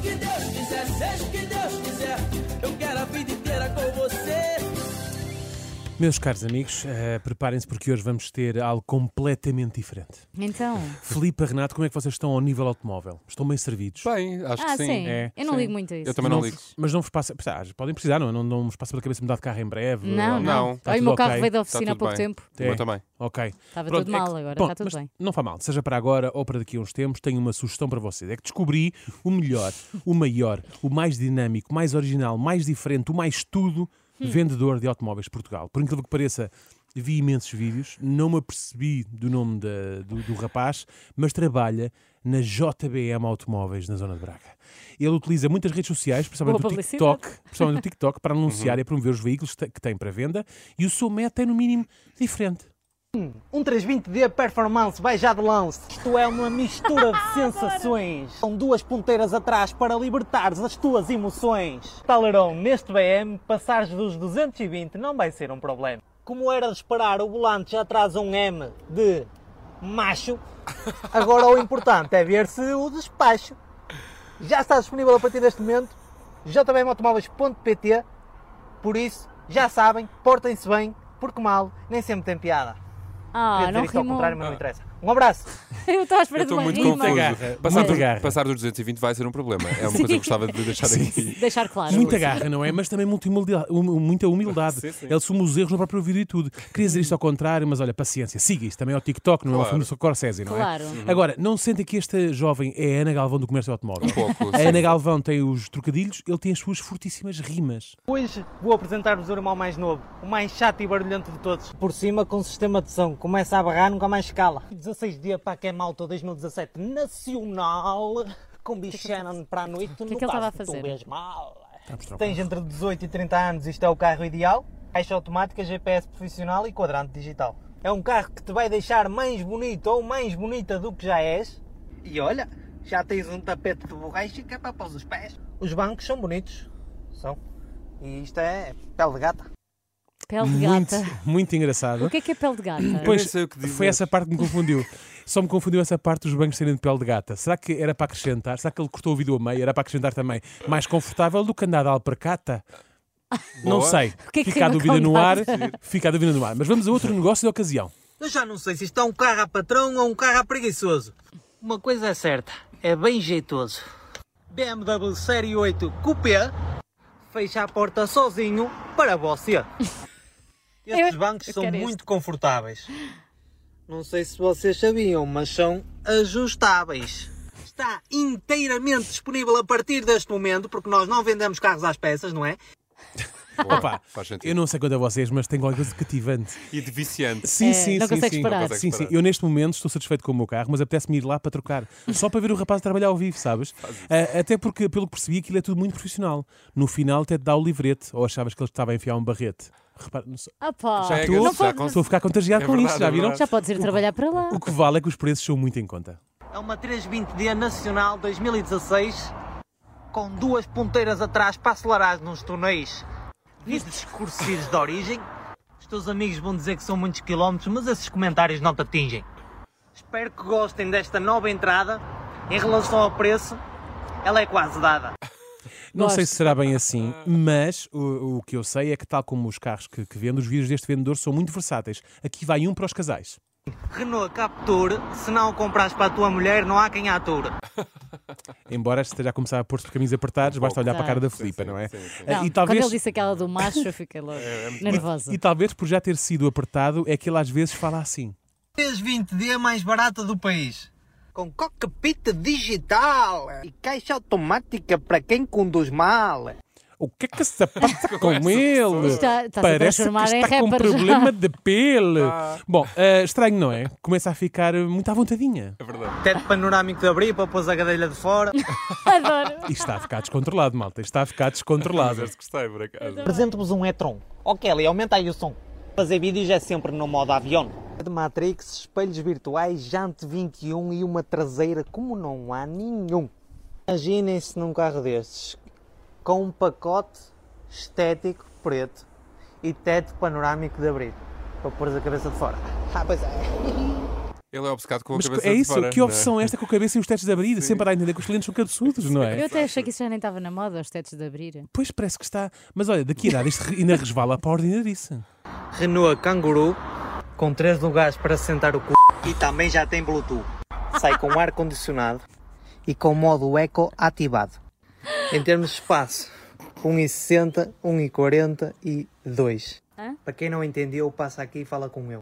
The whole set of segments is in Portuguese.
que Deus quiser, seja o que Deus quiser. Eu quero a vida inteira com você. Meus caros amigos, eh, preparem-se porque hoje vamos ter algo completamente diferente. Então. Filipe, Renato, como é que vocês estão ao nível automóvel? Estão bem servidos? Bem, acho Ah, que sim. sim. É, eu não sim. ligo muito a isso. Eu também não Não- ligo. Mas não vos passa. pá, podem precisar, não? Não, não vos passa pela cabeça mudar de carro em breve? Não, Ou- não. Não, tá Olha, o tudo meu carro ok. veio da Tá oficina há tudo pouco bem. tempo. Eu também. Ok. Estava Pronto, é tudo que- mal agora, bom, está tudo mas bem. Não faz mal, seja para agora ou para daqui a uns tempos, tenho uma sugestão para vocês. É que descobri o melhor, o maior, o mais dinâmico, mais original, mais diferente, o mais tudo Hum. vendedor de automóveis de Portugal. Por incrível que pareça, vi imensos vídeos, não me apercebi do nome da- do, do rapaz, mas trabalha na JBM Automóveis, na zona de Braga. Ele utiliza muitas redes sociais, principalmente Boa o publicidade. TikTok, principalmente o TikTok, para anunciar e promover os veículos te- que tem para venda e o seu meta é, no mínimo, diferente. Um 320D Performance vai já de lance. Isto é uma mistura de sensações. São duas ponteiras atrás para libertares as tuas emoções. Talarão, neste BM, passares dos 220 não vai ser um problema. Como era de esperar, o volante já traz um M de macho. Agora o importante é ver se o despacho já está disponível a partir deste momento. jbmautomóveis.pt Por isso, já sabem, portem-se bem, porque mal nem sempre tem piada. Ah, Queria não dizer isto ao rimou. contrário, mas não interessa. Um abraço! Eu estava à Eu espera de estou uma muito rima. garra, confuso. Passar, muita do- garra. passar dos 220 vai ser um problema. É uma Sim. coisa que eu gostava de deixar aqui. Deixar claro. Muita garra, não é? Mas também muita humilda- hum- muita humildade. Sim, sim. Ele assume os erros no próprio vídeo e tudo. Queria Uhum. dizer isto ao contrário, mas olha, paciência. Siga isto também ao TikTok, não é? Ao Claro. Uhum. filme do Scorsese, não é? Claro. Agora, não sente que esta jovem é a Ana Galvão do Comércio Automóvel? Um pouco, A sim. Ana Galvão tem os trocadilhos, ele tem as suas fortíssimas rimas. Hoje vou apresentar-vos o irmão mais novo, o mais chato e barulhento de todos. Por cima, com sistema de som, começa a barrar, nunca mais cala. 16 dia para que é malta 2017 nacional, com bichanan para tá a noite, no Um que é que ele estava a caso de fazer? tu és mal. mostrar o Tens entre 18 e 30 anos, isto é o carro ideal. Caixa automática, GPS profissional e quadrante digital. É um carro que te vai deixar mais bonito ou mais bonita do que já és. E olha, já tens um tapete de borracha que é para pôr os pés. Os bancos são bonitos. São. E isto é pele de gata. Pele de Muito, gata. muito engraçado. O que é que é pele de gata? Pois, nem sei o que dizer. foi essa parte que me confundiu. Só me confundiu essa parte dos bancos serem de pele de gata. Será que era para acrescentar? Será que ele cortou o vídeo a meio? Era para acrescentar também mais confortável do que andar de alpercata? Não Boa. sei. O que é que fica a rima dúvida com no ar. nada? Fica a dúvida no ar. Mas vamos a outro negócio de ocasião. Eu já não sei se isto é um carro a patrão ou um carro a preguiçoso. Uma coisa é certa, é bem jeitoso. BMW Série 8 Coupé fecha a porta sozinho para você. Estes Eu- bancos eu são quero muito confortáveis. Não sei se vocês sabiam, mas são ajustáveis. Está inteiramente disponível a partir deste momento, porque nós não vendemos carros às peças, não é? Boa, Opa, faz sentido. eu não sei quanto a vocês, mas tem qualquer coisa cativante. E de viciante. Sim, É, sim, não sim. consegues sim. parar. Não consegues sim, sim. parar. Eu neste momento estou satisfeito com o meu carro, mas apetece-me ir lá para trocar. Só para ver o rapaz a trabalhar ao vivo, sabes? Ah, até porque, pelo que percebi, aquilo é tudo muito profissional. No final até te dá o livrete, ou achavas que ele estava a enfiar um barrete. Repara, não sei- Ah, pá. Já é não gato, já pode- cons- estou a ficar contagiado É com verdade, isso, já é viram? verdade. Já podes ir trabalhar para lá. O que vale é que os preços são muito em conta. É uma 320D Nacional 2016 com duas ponteiras atrás para acelerares nos túneis e discursivos de origem. Os teus amigos vão dizer que são muitos quilómetros, mas esses comentários não te atingem. Espero que gostem desta nova entrada. Em relação ao preço, ela é quase dada. Não sei Gosto. se será bem assim, Ah. mas o, o que eu sei é que, tal como os carros que, que vendo, os vídeos deste vendedor são muito versáteis. Aqui vai um para os casais. Renault Captur, se não o comprares para a tua mulher, não há quem a ature. Embora esteja a começar a pôr-se por caminhos apertados, Um basta olhar para a cara da Filipa, não é? Ah, Não, E Quando talvez, ele disse aquela do macho, eu fiquei logo nervosa. e talvez por já ter sido apertado, é que ele às vezes fala assim. 320D é mais barata do país. Com cockpit digital e caixa automática para quem conduz mal. O que é que se passa com ele? Está- está-se a Parece que transformar em está com um rapper já. problema de pele. Bom, ah, estranho, não é? Começa a ficar muito à vontadinha. É verdade. Teto panorâmico de abrir para pôr a cadeira de fora. Adoro. E está a ficar descontrolado, malta. Está a ficar descontrolado. Mas gostei, por acaso. Apresento-vos um e-tron. Oh Kelly, aumenta aí o som. Fazer vídeos é sempre no modo avião. De Matrix, espelhos virtuais, jante 21 e uma traseira como não há nenhum. Imaginem-se num carro destes, com um pacote estético preto e teto panorâmico de abrir, para pôr a cabeça de fora. Ah, pois é. Ele é obcecado com a Mas cabeça é de isso, fora, que não é? obsessão é esta com a cabeça e os testes de abrir? Sempre a dar a entender que os clientes são cabeçudos, não é? Eu até achei que isso já nem estava na moda, os tetos de abrir. Pois parece que está. Mas olha, daqui a nada isto re- ainda resvala para a ordinariça. Renault Kanguru com três lugares para sentar o cu e também já tem Bluetooth. Sai com ar condicionado e com modo eco ativado. Em termos de espaço, 1,60, 1,40 e 2. Hã? Para quem não entendeu, passa aqui e fala com eu.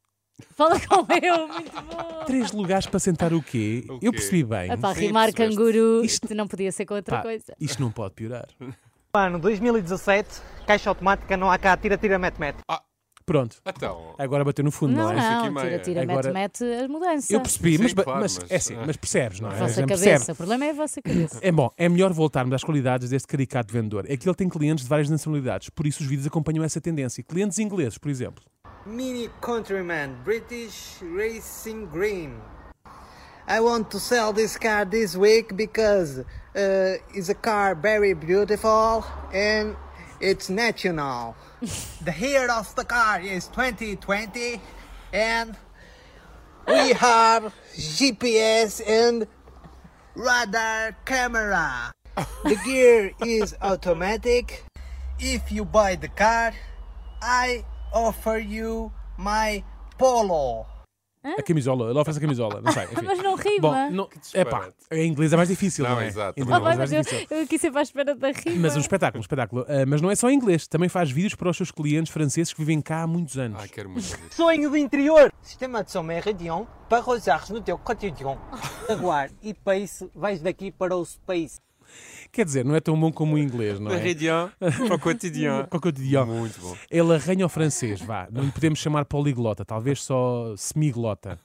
Fala com eu, muito bom. Três lugares para sentar o quê? O Eu quê? percebi bem. Epá, Sim, rimar percebeste. canguru, isto não podia ser com outra Pá, É coisa. isto não pode piorar. Ano 2017, caixa automática, não há cá, tira, tira, mete, mete. Pronto, Então, agora bateu no fundo, não, Não, é? não, aqui meia. tira, tira, Agora- mete, mete a mudança. Eu percebi, Sim, mas, ba- claro, mas, mas- é assim, mas percebes, não é? A vossa Já cabeça, percebe. o problema é a vossa cabeça. É bom, é melhor voltarmos às qualidades deste caricato vendedor. É que ele tem clientes de várias nacionalidades, por isso os vídeos acompanham essa tendência. Clientes ingleses, por exemplo. Mini Countryman British Racing Green. I want to sell this car this week because uh, it's a car very beautiful and it's national. the year of the car is 2020 and we have GPS and radar camera. The gear is automatic. If you buy the car, I offer you my polo. A camisola, ele oferece a camisola, não sei. enfim. Mas não rima. Bom, não, é pá, disparate. em inglês é mais difícil, não, Não, é? exato. Em inglês Ah, é vai, mais mas eu, difícil. eu aqui sempre à espera da rima. Mas um espetáculo, um espetáculo. Ah, mas não é só em inglês, também faz vídeos para os seus clientes franceses que vivem cá há muitos anos. ai, quero muito ver. Sonho do interior. Sistema de som Meridion para usares no teu cotidiano. Jaguar e Pace, vais daqui para o Space. Quer dizer, não é tão bom como o inglês, não é? Meridian para o cotidiano. Com o cotidiano. Muito bom. Ele arranha o francês, vá. Não lhe podemos chamar poliglota, talvez só semiglota.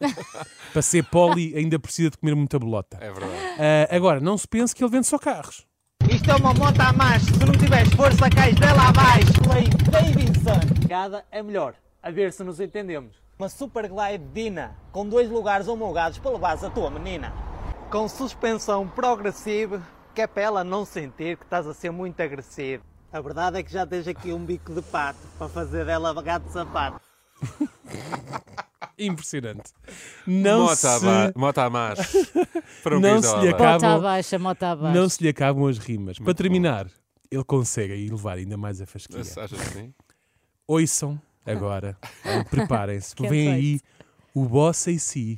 para ser poli, ainda precisa de comer muita bolota. É verdade. Ah, agora, não se pense que ele vende só carros. Isto é uma moto a mais. Se não tiveres força, cais dela abaixo. Play Davidson. Cada é melhor. A ver se nos entendemos. Uma Super Glide Dina com dois lugares homologados para levares a tua menina. Com suspensão progressiva, que é para ela não sentir que estás a ser muito agressivo. A verdade é que já tens aqui um bico de pato para fazer dela gato de sapato. Impressionante. Não Mota se... aba- Mota a mais. Para o Não Guidola. se lhe acaba- Mota Acabam- abaixo, mota abaixo. Não se lhe acabam as rimas. Para terminar, ele consegue aí levar ainda mais a fasquia. Achas que sim? Ouçam agora, eh, preparem-se, Que vem azeite. aí o Bossa e Si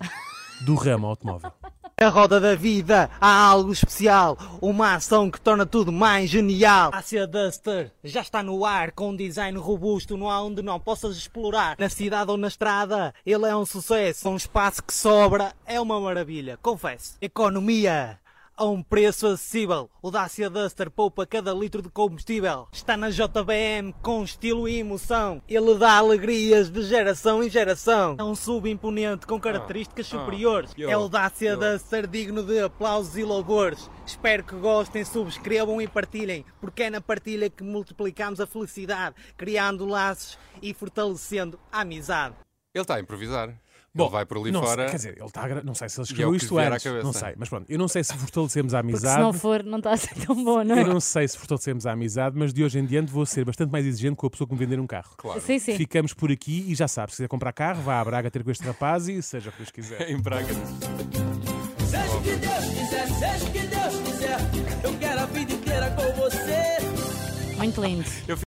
do ramo automóvel. Na roda da vida há algo especial, uma ação que torna tudo mais genial. A Dacia Duster já está no ar, com um design robusto, não há onde não possas explorar. Na cidade ou na estrada, ele é um sucesso. Um espaço que sobra é uma maravilha, confesso. Economia a um preço acessível. O Dacia Duster poupa cada litro de combustível. Está na JBM com estilo e emoção. Ele dá alegrias de geração em geração. É um subimponente com características ah, superiores. yo, é o Dacia yo. Duster digno de aplausos e louvores. Espero que gostem, subscrevam e partilhem, porque é na partilha que multiplicamos a felicidade, criando laços e fortalecendo a amizade. Ele está a improvisar. Bom, ele vai por ali não sei- fora. Quer dizer, ele está a gra- não sei se ele é o escreveu que isto vier à antes. cabeça. Não sei, mas pronto, eu não sei se fortalecemos a Porque se não amizade. for, não está a ser tão bom, não é? Eu não sei se fortalecemos a amizade, mas de hoje em diante vou ser bastante mais exigente com a pessoa que me vender um carro. Claro. Sim, sim. Ficamos por aqui e já sabes, se quiser comprar carro, vá à Braga ter com este rapaz e seja o que Deus quiser. É Em Braga. Seja o que Deus quiser, seja o que Deus quiser, eu quero a vida inteira com você. Muito lindo.